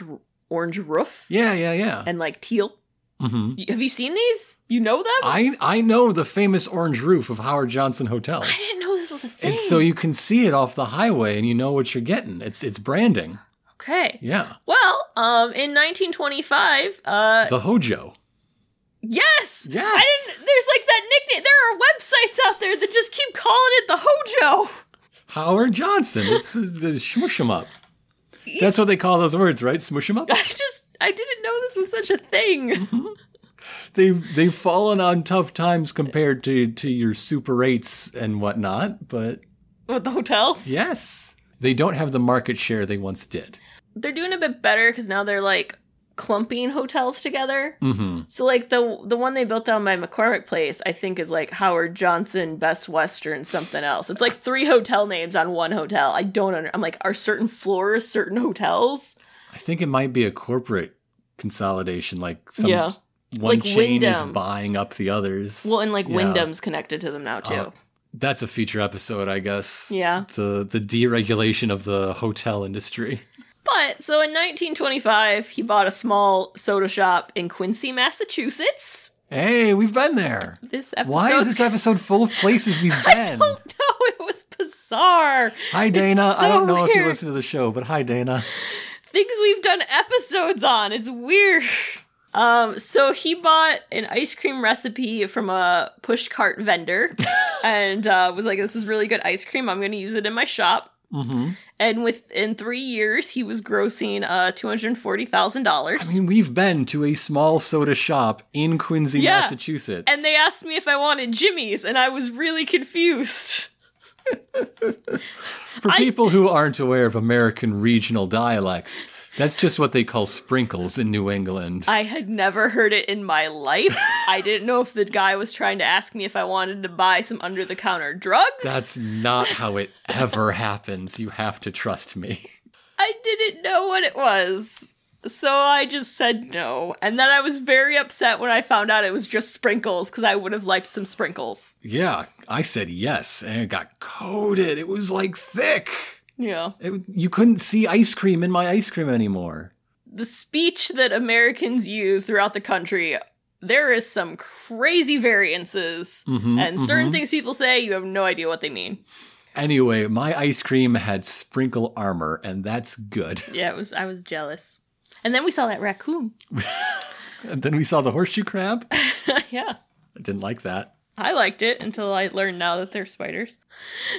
orange roof Yeah, yeah, yeah. and like teal. hmm Y- Have you seen these? You know them? I I know the famous orange roof of Howard Johnson Hotels. I didn't know this was a thing. It's so you can see it off the highway and you know what you're getting. It's it's branding. okay. Yeah, Well, um, in 1925, uh, the Hojo. yes, Yes. I didn't. There's like that nickname. There are websites out there that just keep calling it the Hojo. (laughs) Howard Johnson. It's, it's, it's smush 'em up. That's what they call those words, right? Smush 'em (laughs) up. I just I didn't know this was such a (laughs) thing. they've they've fallen on tough times compared to to your super eights and whatnot but With the hotels, yes they don't have the market share they once did they're doing a bit better because now they're like clumping hotels together. mm-hmm So like the the one they built down by McCormick Place, I think is like Howard Johnson Best Western something else. It's like three hotel names on one hotel. I don't under. I'm like, are certain floors certain hotels? i think it might be a corporate consolidation like some Yeah. one Like chain Wyndham. is buying up the others Well, and like Yeah. Wyndham's connected to them now too. Uh, that's a future episode i guess Yeah. the the deregulation of the hotel industry But so in 1925, he bought a small soda shop in Quincy, Massachusetts. hey we've been there This episode, why is this episode full of places (laughs) we've been No, it was bizarre. hi dana i don't so know if you weird. listen to the show but hi dana things we've done episodes on. It's weird. Um, so he bought an ice cream recipe from a push (laughs) cart vendor and uh, was like, This is really good ice cream. I'm going to use it in my shop. mm-hmm And within three years, he was grossing uh, I $240,000. mean, we've been to a small soda shop in Quincy, Yeah. Massachusetts. And they asked me if I wanted Jimmy's, and I was really confused. For people who aren't aware of American regional dialects, That's just what they call sprinkles in New England. I had never heard it in (laughs) my life. I didn't know if the guy was trying to ask me if I wanted to buy some under the counter drugs. That's not how it ever happens. You have to trust me. I didn't know what it was. So I just said no. And then I was very upset when I found out it was just sprinkles because I would have liked some sprinkles. Yeah, I said yes, and it got coated. It was like thick. Yeah. It, you couldn't see ice cream in my ice cream anymore. The speech that Americans use throughout the country, there is some crazy variances. Mhm, and certain mhm. things people say, you have no idea what they mean. Anyway, my ice cream had sprinkle armor, and that's good. (laughs) Yeah, it was I was jealous. And then we saw that raccoon. And then we saw the horseshoe crab. I (laughs) yeah. didn't like that. I liked it until I learned now that they're spiders.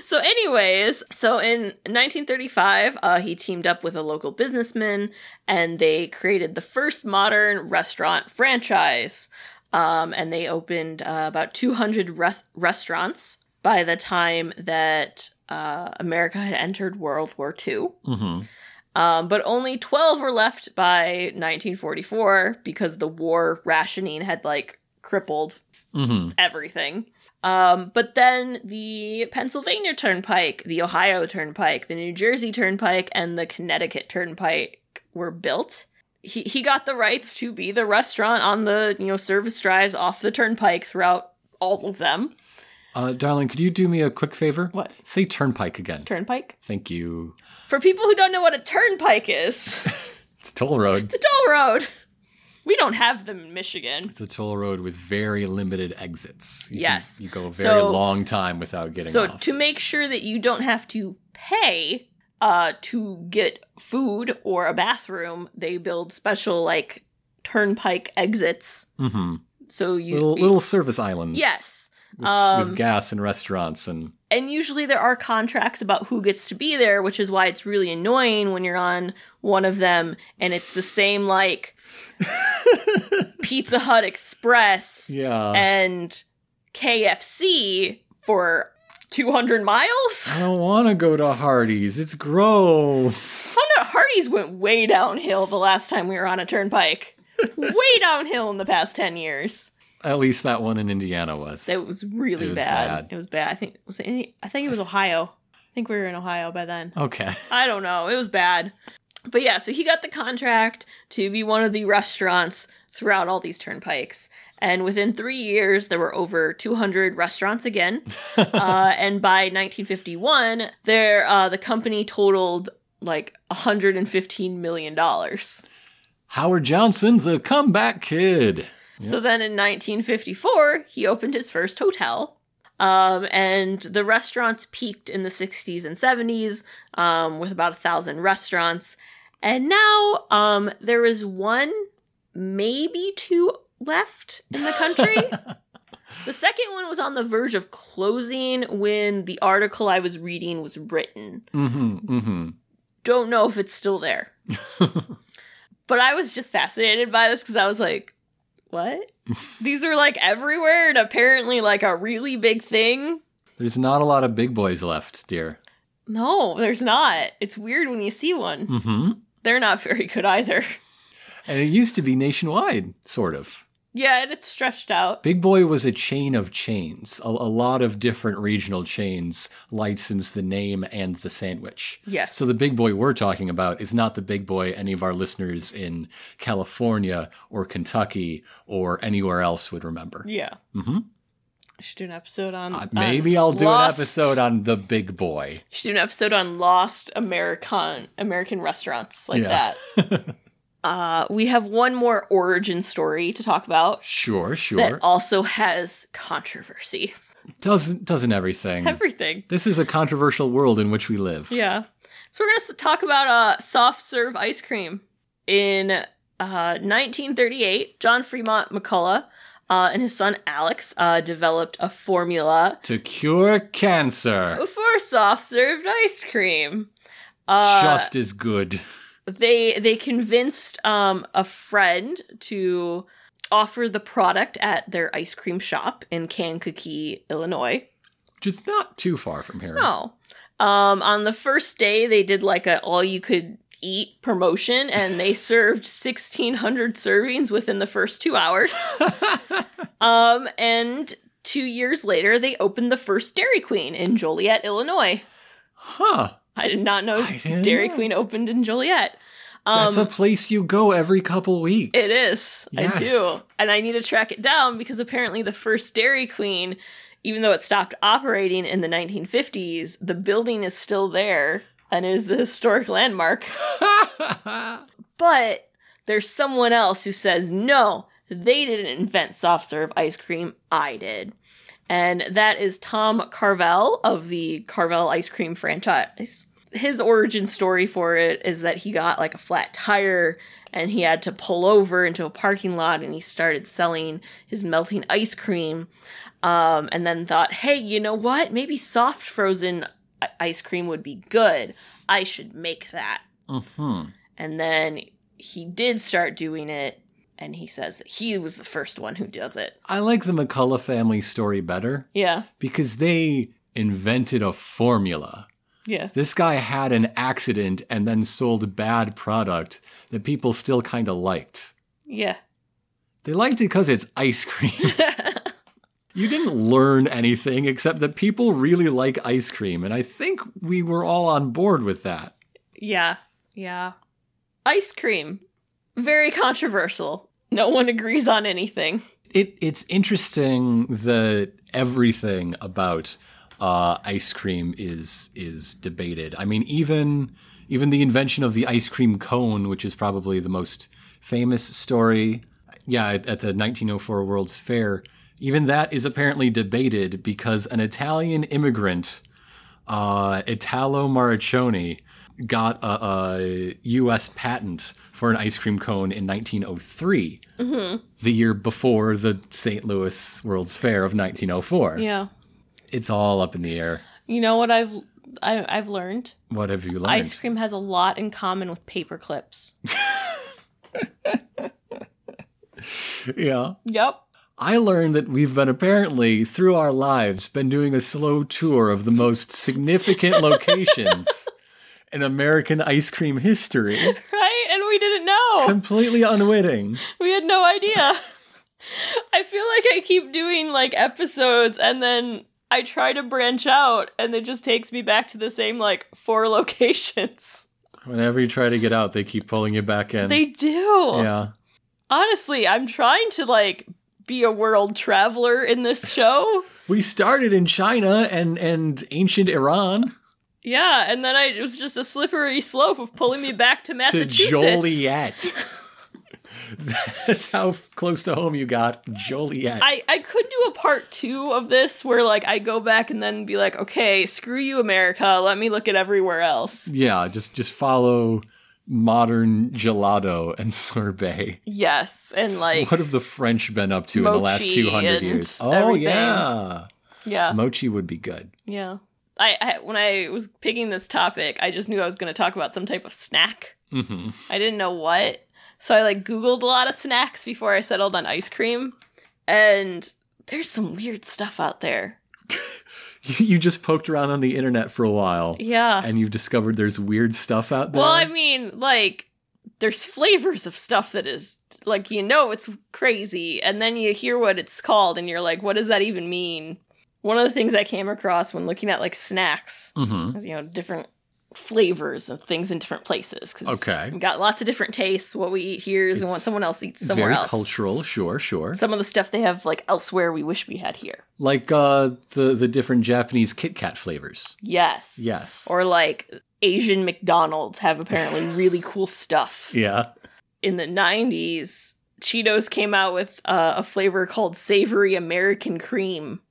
So, anyways, so in 1935, uh, he teamed up with a local businessman and they created the first modern restaurant franchise. Um, and they opened uh, about 200 ref- restaurants by the time that uh, America had entered World War II. Mm-hmm. Um, but only 12 were left by 1944 because the war rationing had like crippled Mm-hmm. everything. Um, but then the Pennsylvania Turnpike, the Ohio Turnpike, the New Jersey Turnpike, and the Connecticut Turnpike were built. He he got the rights to be the restaurant on the you know service drives off the turnpike throughout all of them. Uh, darling, could you do me a quick favor? What? Say turnpike again. Turnpike. Thank you. For people who don't know what a turnpike is, (laughs) It's a toll road. it's a toll road. We don't have them in Michigan. It's a toll road with very limited exits. You can- Yes. you go a very So- long time without getting so off. to make sure that you don't have to pay uh to get food or a bathroom they build special like turnpike exits mm-hmm. so you little, little service islands. yes With, um, with gas and restaurants and and usually there are contracts about who gets to be there which is why it's really annoying when you're on one of them and it's the same (laughs) like pizza hut express yeah. and kfc for 200 miles I don't want to go to Hardee's. It's gross. Oh no, Hardee's went way downhill the last time we were on a turnpike. (laughs) way downhill in the past 10 years. At least that one in Indiana was. That was really It was bad. bad. It was bad. I think was it any, I think it was Ohio. I think we were in Ohio by then. okay. I don't know. It was bad. But yeah, so he got the contract to be one of the restaurants throughout all these turnpikes. And within three years, there were over 200 restaurants again. uh, and by 1951, there uh, the company totaled like 115 million dollars. Howard Johnson's the comeback kid. So then in 1954, he opened his first hotel. Um, and the restaurants peaked in the 60s and 70s um, with about a thousand restaurants. And now um, there is one, maybe two left in (laughs) the country. the second one was on the verge of closing when the article I was reading was written. Mm-hmm. Mm-hmm. Don't know if it's (laughs) still there. But I was just fascinated by this because I was like, (laughs) what? These are like everywhere and apparently like a really big thing. There's not a lot of big boys left, dear. No, there's not. It's weird when you see one. Mm-hmm. They're not very good either. (laughs) And it used to be nationwide, sort of. Yeah, and it's stretched out. Big Boy was a chain of chains. A, a lot of different regional chains licensed the name and the sandwich. Yes. So the Big Boy we're talking about is not the Big Boy any of our listeners in California or Kentucky or anywhere else would remember. yeah. Mm-hmm. I should do an episode on. Uh, on maybe I'll do lost- an episode on the Big Boy. should do an episode on lost American American restaurants like Yeah. that. (laughs) uh, we have one more origin story to talk about Sure, sure. that also has controversy. doesn't doesn't everything. Everything. this is a controversial world in which we live. Yeah. So we're going to talk about uh, soft serve ice cream. In uh, 1938, John Fremont McCullough uh, and his son Alex uh, developed a formula To cure cancer, for soft served ice cream. Uh, just as good. they they convinced um, a friend to offer the product at their ice cream shop in Kankakee, Illinois. Which is not too far from here. No. Um, on the first day, they did like a all you could eat promotion, and (laughs) they served 1,600 servings within the first (laughs) two hours. um, and two years later, they opened the first Dairy Queen in Joliet, Illinois. Huh. I did not know I didn't Dairy know. Queen opened in Joliet. Um, That's a place you go every couple weeks. It (laughs) is. I do. Yes. And I need to track it down because apparently the first Dairy Queen, even though it stopped operating in the 1950s, the building is still there and is a historic landmark. But there's someone else who says, no, they didn't invent soft serve ice cream. I did. And that is Tom Carvel of the Carvel ice cream franchise. His origin story for it is that he got like a flat tire and he had to pull over into a parking lot and he started selling his melting ice cream. Um, and then thought, hey, you know what? Maybe soft frozen i- ice cream would be good. I should make that. hmm And then he did start doing it, and he says that he was the first one who does it. I like the McCullough family story better Yeah. because they invented a formula. Yeah. This guy had an accident and then sold bad product that people still kind of liked. Yeah. They liked it because it's ice (laughs) cream. you didn't learn anything except that people really like ice cream, and I think we were all on board with that. (laughs) yeah. Yeah. Ice cream. Very controversial. No one agrees on anything. It it's interesting that everything about uh, ice cream is is debated. I mean, even even the invention of the ice cream cone, which is probably the most famous story, yeah, at, at the 1904 World's Fair, even that is apparently debated because an Italian immigrant, uh, Italo Mariccioni, got a, a U.S. patent for an ice cream cone in 1903 Mm-hmm. the year before the St. Louis World's Fair of 1904. Yeah. It's all up in the air. You know what I've I, I've learned? What have you learned? Ice cream has a lot in common with paper clips. Yeah. Yep. I learned that we've been apparently, through our lives, been doing a slow tour of the most (laughs) significant locations in American ice cream history, Right? And we didn't know. completely unwitting. We had no idea. (laughs) I feel like I keep doing like episodes and then I try to branch out and it just takes me back to the same like four (laughs) locations. Whenever you try to get out, they keep pulling you back in. They do. yeah. Honestly, I'm trying to like be a world traveler (laughs) in this show. We started in China and, and ancient Iran yeah, and then I it was just a slippery slope of pulling me back to to Massachusetts. Joliet. (laughs) That's how f- close to home you got, Joliet. I, I could do a part two of this where like I go back and then be like, okay, screw you, America. Let me look at everywhere else. yeah, just just follow modern gelato and (laughs) sorbet. Yes, and like what have the French been up to in the last mochi 200 and years? Oh everything. yeah. yeah, Mochi would be good. yeah. I, I when I was picking this topic, I just knew I was going to talk about some type of snack. Mhm. I didn't know what, so I like Googled a lot of snacks before I settled on ice cream, and there's some weird stuff out there. (laughs) You just poked around on the internet for a while Yeah. and you've discovered there's weird stuff out there. Well, I mean, like, there's flavors of stuff that is, like, you know, it's crazy. And then you hear what it's called and you're like, what does that even mean? One of the things I came across when looking at, like, snacks Mhm. is, you know, different flavors of things in different places. 'cause Okay. we got lots of different tastes. What we eat here is It's- what someone else eats It's somewhere very else. cultural, sure, sure. Some of the stuff they have, like, elsewhere we wish we had here. like uh the the different Japanese Kit Kat flavors. Yes. Yes. Or, like, Asian McDonald's (laughs) have apparently really cool stuff. yeah. in the 90s, Cheetos came out with uh, a flavor called savory American cream.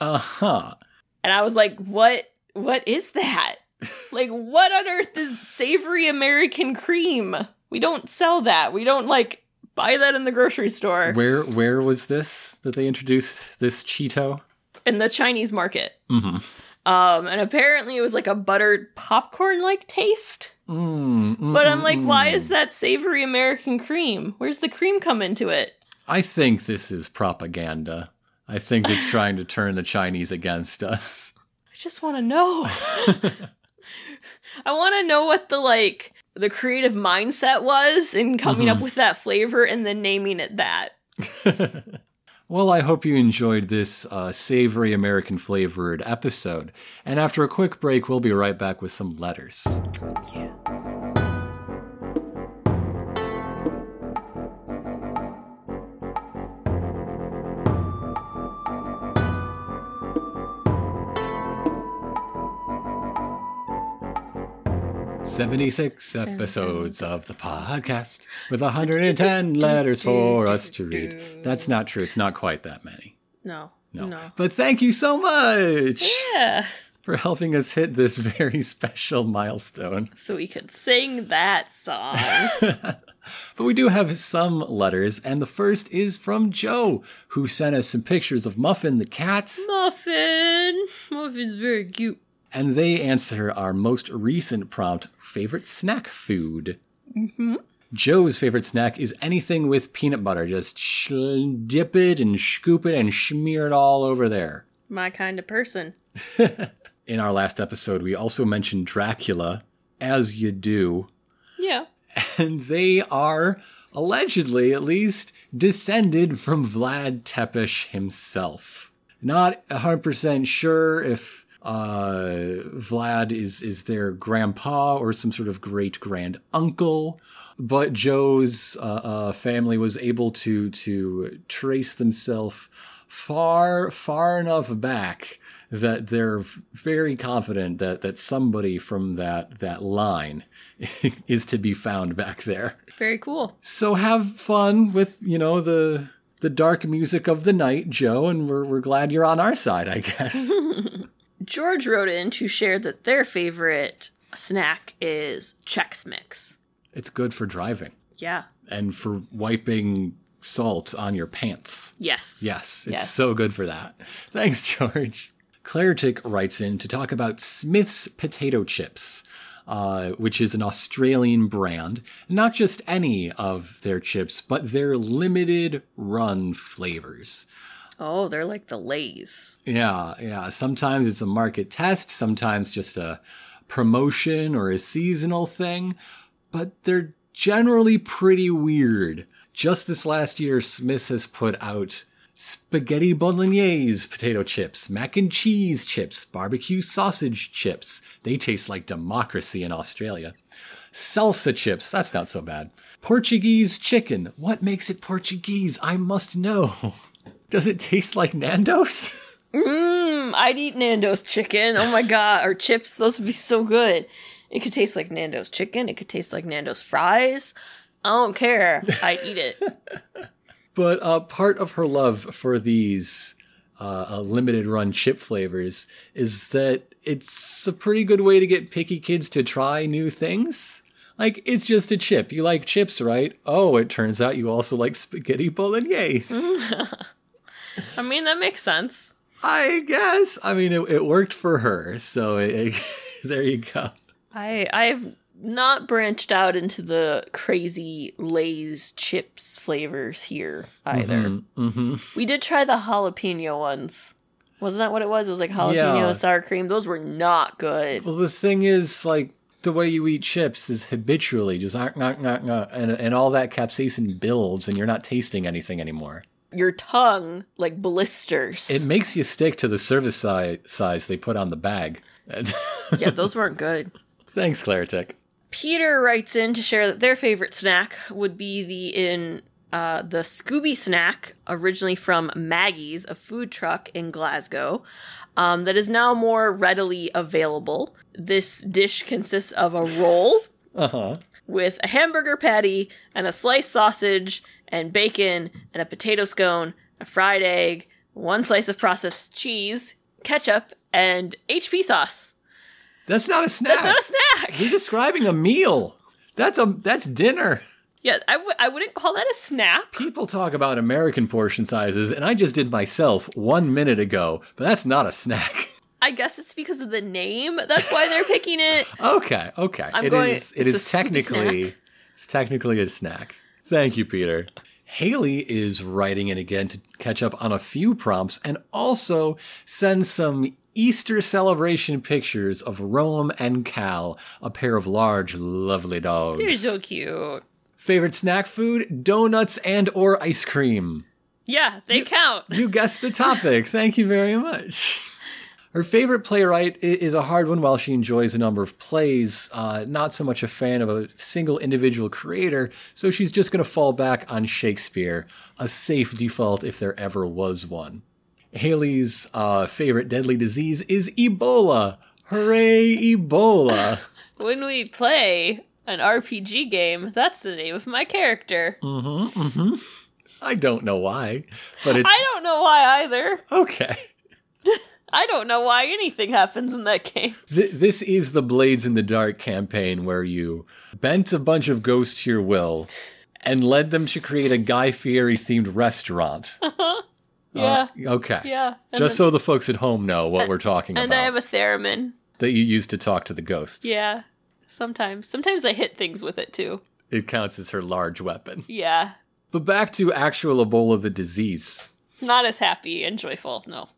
Uh-huh. And I was like, "What what is that? like what on earth is savory American cream? We don't sell that. We don't like buy that in the grocery store Where where was this that they introduced this Cheeto? in the Chinese market." Mm-hmm. Um and apparently it was like a buttered popcorn like taste. Mm, mm, But I'm mm, like, "Why mm. is that savory American cream? Where's the cream come into it?" Mm-hmm. I think this is propaganda. I think it's trying to turn the Chinese against us. (laughs) I just want to know. I want to know what the like the creative mindset was in coming up with that flavor and then naming it that. Well, I hope you enjoyed this uh, savory American flavored episode. And after a quick break, we'll be right back with some letters. Yeah. Seventy-six episodes of the podcast with hundred and (laughs) ten letters for us to read. That's not true. It's not quite that many. No. No. No. But thank you so much Yeah. for helping us hit this (laughs) very special milestone. So we could sing that (laughs) song. But we do have some letters, and the first is from Joe, who sent us some pictures of Muffin the cat. Muffin. Muffin's very cute. and they answer our most recent prompt favorite snack food. Mm-hmm. Joe's favorite snack is anything with peanut butter. Just sh- dip it and scoop it and smear it all over there. My kind of person. In our last episode, we also mentioned Dracula, as you do. Yeah. And they are, allegedly at least, descended from Vlad Tepish himself. Not 100% sure if uh, Vlad is, is their grandpa or some sort of great grand uncle, but Joe's uh, uh, family was able to, to trace themselves far, far enough back that they're v- very confident that, that somebody from that, that line (laughs) is to be found back there. Very cool. So have fun with, you know, the the dark music of the night, Joe, and we're we're glad you're on our side, I guess. George wrote in to share that their favorite snack is Chex Mix. it's good for driving Yeah. and for wiping salt on your pants. Yes. Yes, it's Yes. so good for that. Thanks, George. Claretick writes in to talk about Smith's potato chips, uh, which is an Australian brand. Not just any of their chips, but their limited run flavors. Oh, they're like the Lays. Yeah, yeah. Sometimes it's a market test, sometimes just a promotion or a seasonal thing, but they're generally pretty weird. Just this last year, Smith has put out spaghetti bolognese potato chips, mac and cheese chips, barbecue sausage chips. They taste like democracy in Australia. Salsa chips, that's not so bad. Portuguese chicken. What makes it Portuguese? I must know. (laughs) Does it taste like Nando's? Mm, I'd eat Nando's chicken. Oh my god, or chips. Those would be so good. It could taste like Nando's chicken. It could taste like Nando's fries. I don't care. I'd eat it. But uh, part of her love for these uh, uh, limited run chip flavors is that it's a pretty good way to get picky kids to try new things. Like, it's just a chip. You like chips, right? Oh, it turns out you also like spaghetti bolognese. I mean, that makes sense. I guess. I mean, it, it worked for her, so it, it- (laughs) there you go. I I've not branched out into the crazy Lay's chips flavors here either. Mm-hmm. We did try the jalapeno ones. Wasn't that what it was? It was like jalapeno Yeah. sour cream. Those were not good. Well, the thing is, like, the way you eat chips is habitually just ah, knock, knock, knock, knock, and, and all that capsaicin builds, and you're not tasting anything anymore. Your tongue like blisters. It makes you stick to the service si- size they put on the bag. (laughs) And- yeah, those weren't good. Thanks, Claritech. Peter writes in to share that their favorite snack would be the in uh, the Scooby snack, originally from Maggie's, a food truck in Glasgow, um, that is now more readily available. This dish consists of a roll Uh huh. with a hamburger patty and a sliced sausage and bacon and a potato scone, a fried egg, one slice of processed cheese, ketchup, and HP sauce. That's not a snack. That's not a snack. You're describing a meal. That's a that's dinner. Yeah, I w- I wouldn't call that a snack. People talk about American portion sizes, and I just did myself one minute ago, but that's not a snack. I guess it's because of the name. That's why they're picking it. Okay, okay. I'm It going- is- It it's is a Scooby technically. snack. It's technically a snack. Thank you, Peter. Haley is writing in again to catch up on a few prompts and also send some Easter celebration pictures of Rome and Cal, a pair of large, lovely dogs. (laughs) They're so cute. Favorite snack food? Donuts and or ice cream. Yeah, they count. You guessed the topic. Thank you very much. Her favorite playwright i- is a hard one. While she enjoys a number of plays, uh, not so much a fan of a single individual creator, so she's just going to fall back on Shakespeare, a safe default if there ever was one. Haley's uh, favorite deadly disease is Ebola. Hooray, Ebola! When we play an RPG game, that's the name of my character. I don't know why, but it's I don't know why either. okay. I don't know why anything happens in that game. Th- this is the Blades in the Dark campaign where you bent a bunch of ghosts to your will and led them to create a Guy Fieri themed restaurant. (laughs) Yeah. (laughs) Uh, okay. yeah. And Just then- so the folks at home know what we're talking and I about have a theremin. that you use to talk to the ghosts. Yeah. Sometimes. Sometimes I hit things with it too. It counts as her large weapon. Yeah. But back to actual Ebola the disease. Not as happy and joyful, no.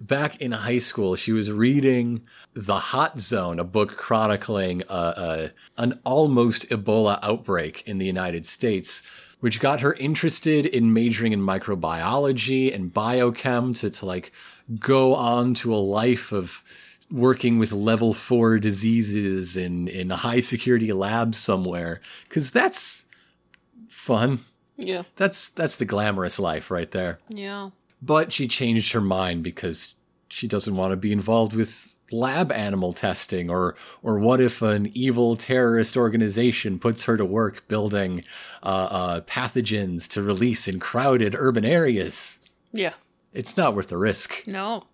back in high school, she was reading The Hot Zone, a book chronicling uh, uh, an almost Ebola outbreak in the United States, which got her interested in majoring in microbiology and biochem to, to like go on to a life of working with level four diseases in, in a high security lab somewhere. Because that's fun. Yeah. That's that's the glamorous life right there Yeah. but she changed her mind because she doesn't want to be involved with lab animal testing or or what if an evil terrorist organization puts her to work building uh, uh, pathogens to release in crowded urban areas Yeah. it's not worth the risk No.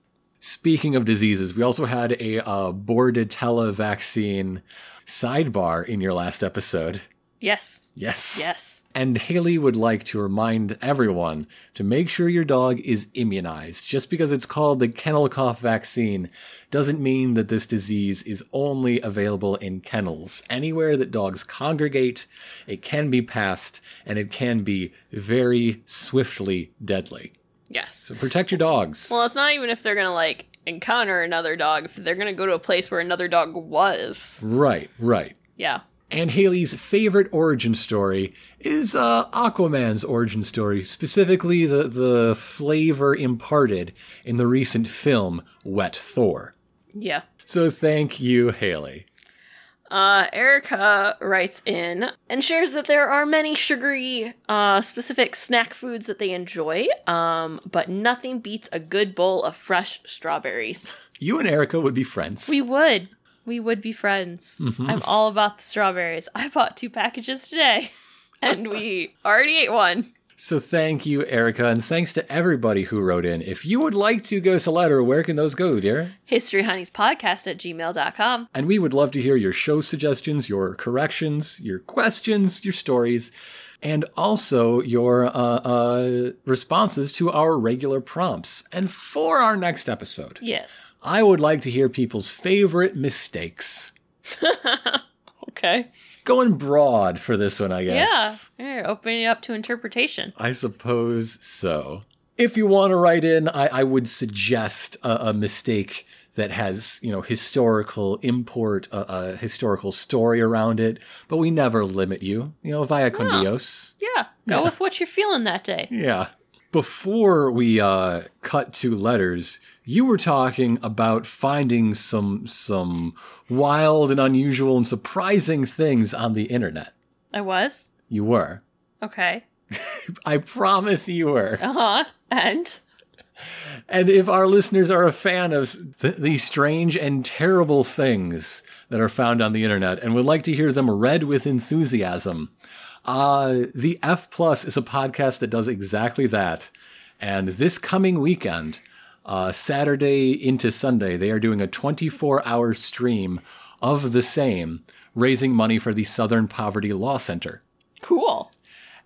speaking of diseases we also had a uh, bordetella vaccine sidebar in your last episode Yes. yes Yes. and Haley would like to remind everyone to make sure your dog is immunized. Just because it's called the kennel cough vaccine doesn't mean that this disease is only available in kennels. Anywhere that dogs congregate, it can be passed and it can be very swiftly deadly. Yes. So protect your dogs. Well, it's not even if they're going to like encounter another dog, if they're going to go to a place where another dog was. Right, right. Yeah. And Haley's favorite origin story is uh, Aquaman's origin story, specifically the, the flavor imparted in the recent film Wet Thor. Yeah. So thank you, Haley. Uh, Erica writes in and shares that there are many sugary, uh, specific snack foods that they enjoy, um, but nothing beats a good bowl of fresh strawberries. You and Erica would be friends. We would. We would be friends. I'm all about the strawberries. I bought two packages today, (laughs) and we already ate one. so thank you, Erica, and thanks to everybody who wrote in. If you would like to give us a letter, where can those go, dear? HistoryHoneyspodcast at gmail.com. And we would love to hear your show suggestions, your corrections, your questions, your stories, and also your uh, uh, responses to our regular prompts. And for our next episode, Yes. I would like to hear people's favorite mistakes. Okay. Going broad for this one, I guess. Yeah. yeah. Opening it up to interpretation. I suppose so. If you want to write in, I, I would suggest a, a mistake that has, you know, historical import, a, a historical story around it, but we never limit you, you know, via condios. Yeah. Go with what you're feeling that day. Yeah. Before we uh, cut to letters, you were talking about finding some some wild and unusual and surprising things on the internet. I was. You were. Okay. I promise you were. Uh huh. And And if our listeners are a fan of s- th- these strange and terrible things that are found on the internet and would like to hear them read with enthusiasm, uh, the F Plus is a podcast that does exactly that. And this coming weekend, uh, Saturday into Sunday, they are doing a 24 hour stream of the same, raising money for the Southern Poverty Law Center. cool.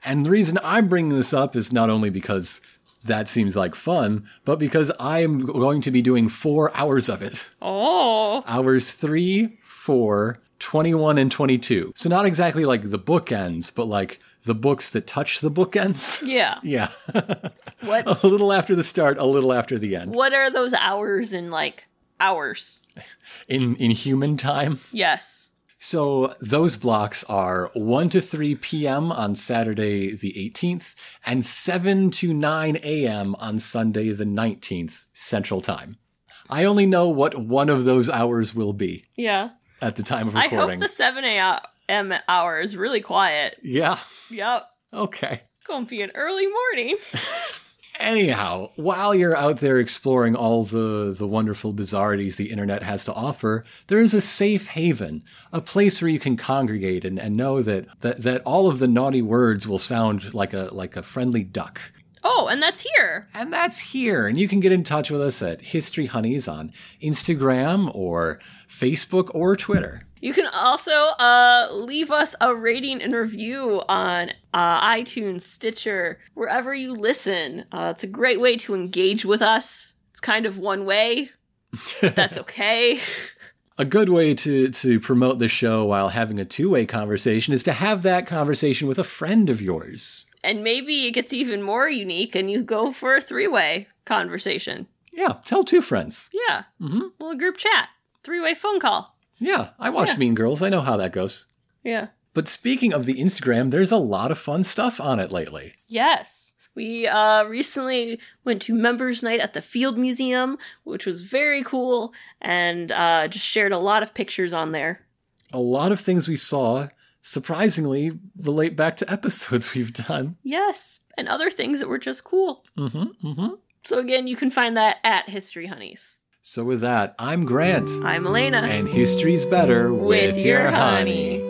And the reason I'm bringing this up is not only because that seems like fun, but because I am going to be doing four hours of it. Oh, Hours three, four, 21 and 22. So not exactly like the bookends, but like the books that touch the bookends. Yeah. (laughs) Yeah. (laughs) What a little after the start, a little after the end. what are those hours in like hours? In in human time. Yes. So those blocks are 1 to 3 p.m. on Saturday the 18th and 7 to 9 a.m. on Sunday the 19th Central Time. I only know what one of those hours will be Yeah. at the time of I hope recording. the 7 a.m. hour is really quiet. yeah. Yep. Okay. Gonna be an early morning. Anyhow, while you're out there exploring all the, the wonderful bizarrities the internet has to offer, there is a safe haven, a place where you can congregate and, and know that, that, that all of the naughty words will sound like a, like a friendly duck. Oh, and that's here. And that's here. And you can get in touch with us at History Honeys on Instagram or Facebook or Twitter. You can also uh, leave us a rating and review on uh, iTunes, Stitcher, wherever you listen. Uh, it's a great way to engage with us. It's kind of one way, but that's okay. A good way to, to promote the show while having a two way conversation is to have that conversation with a friend of yours. and maybe it gets even more unique and you go for a three way conversation. Yeah, tell two friends. Yeah. Mhm. Little group chat, three way phone call. Yeah, I watched Yeah. Mean Girls. I know how that goes. Yeah. But speaking of the Instagram, there's a lot of fun stuff on it lately. Yes. We uh, recently went to Members Night at the Field Museum, which was very cool, and uh, just shared a lot of pictures on there. A lot of things we saw, surprisingly, relate back to (laughs) episodes we've done. Yes. And other things that were just cool. Mm Mm-hmm, hmm, mm hmm. So, again, you can find that at History Honeys. So, with that, I'm Grant. I'm Elena. And history's better With your honey.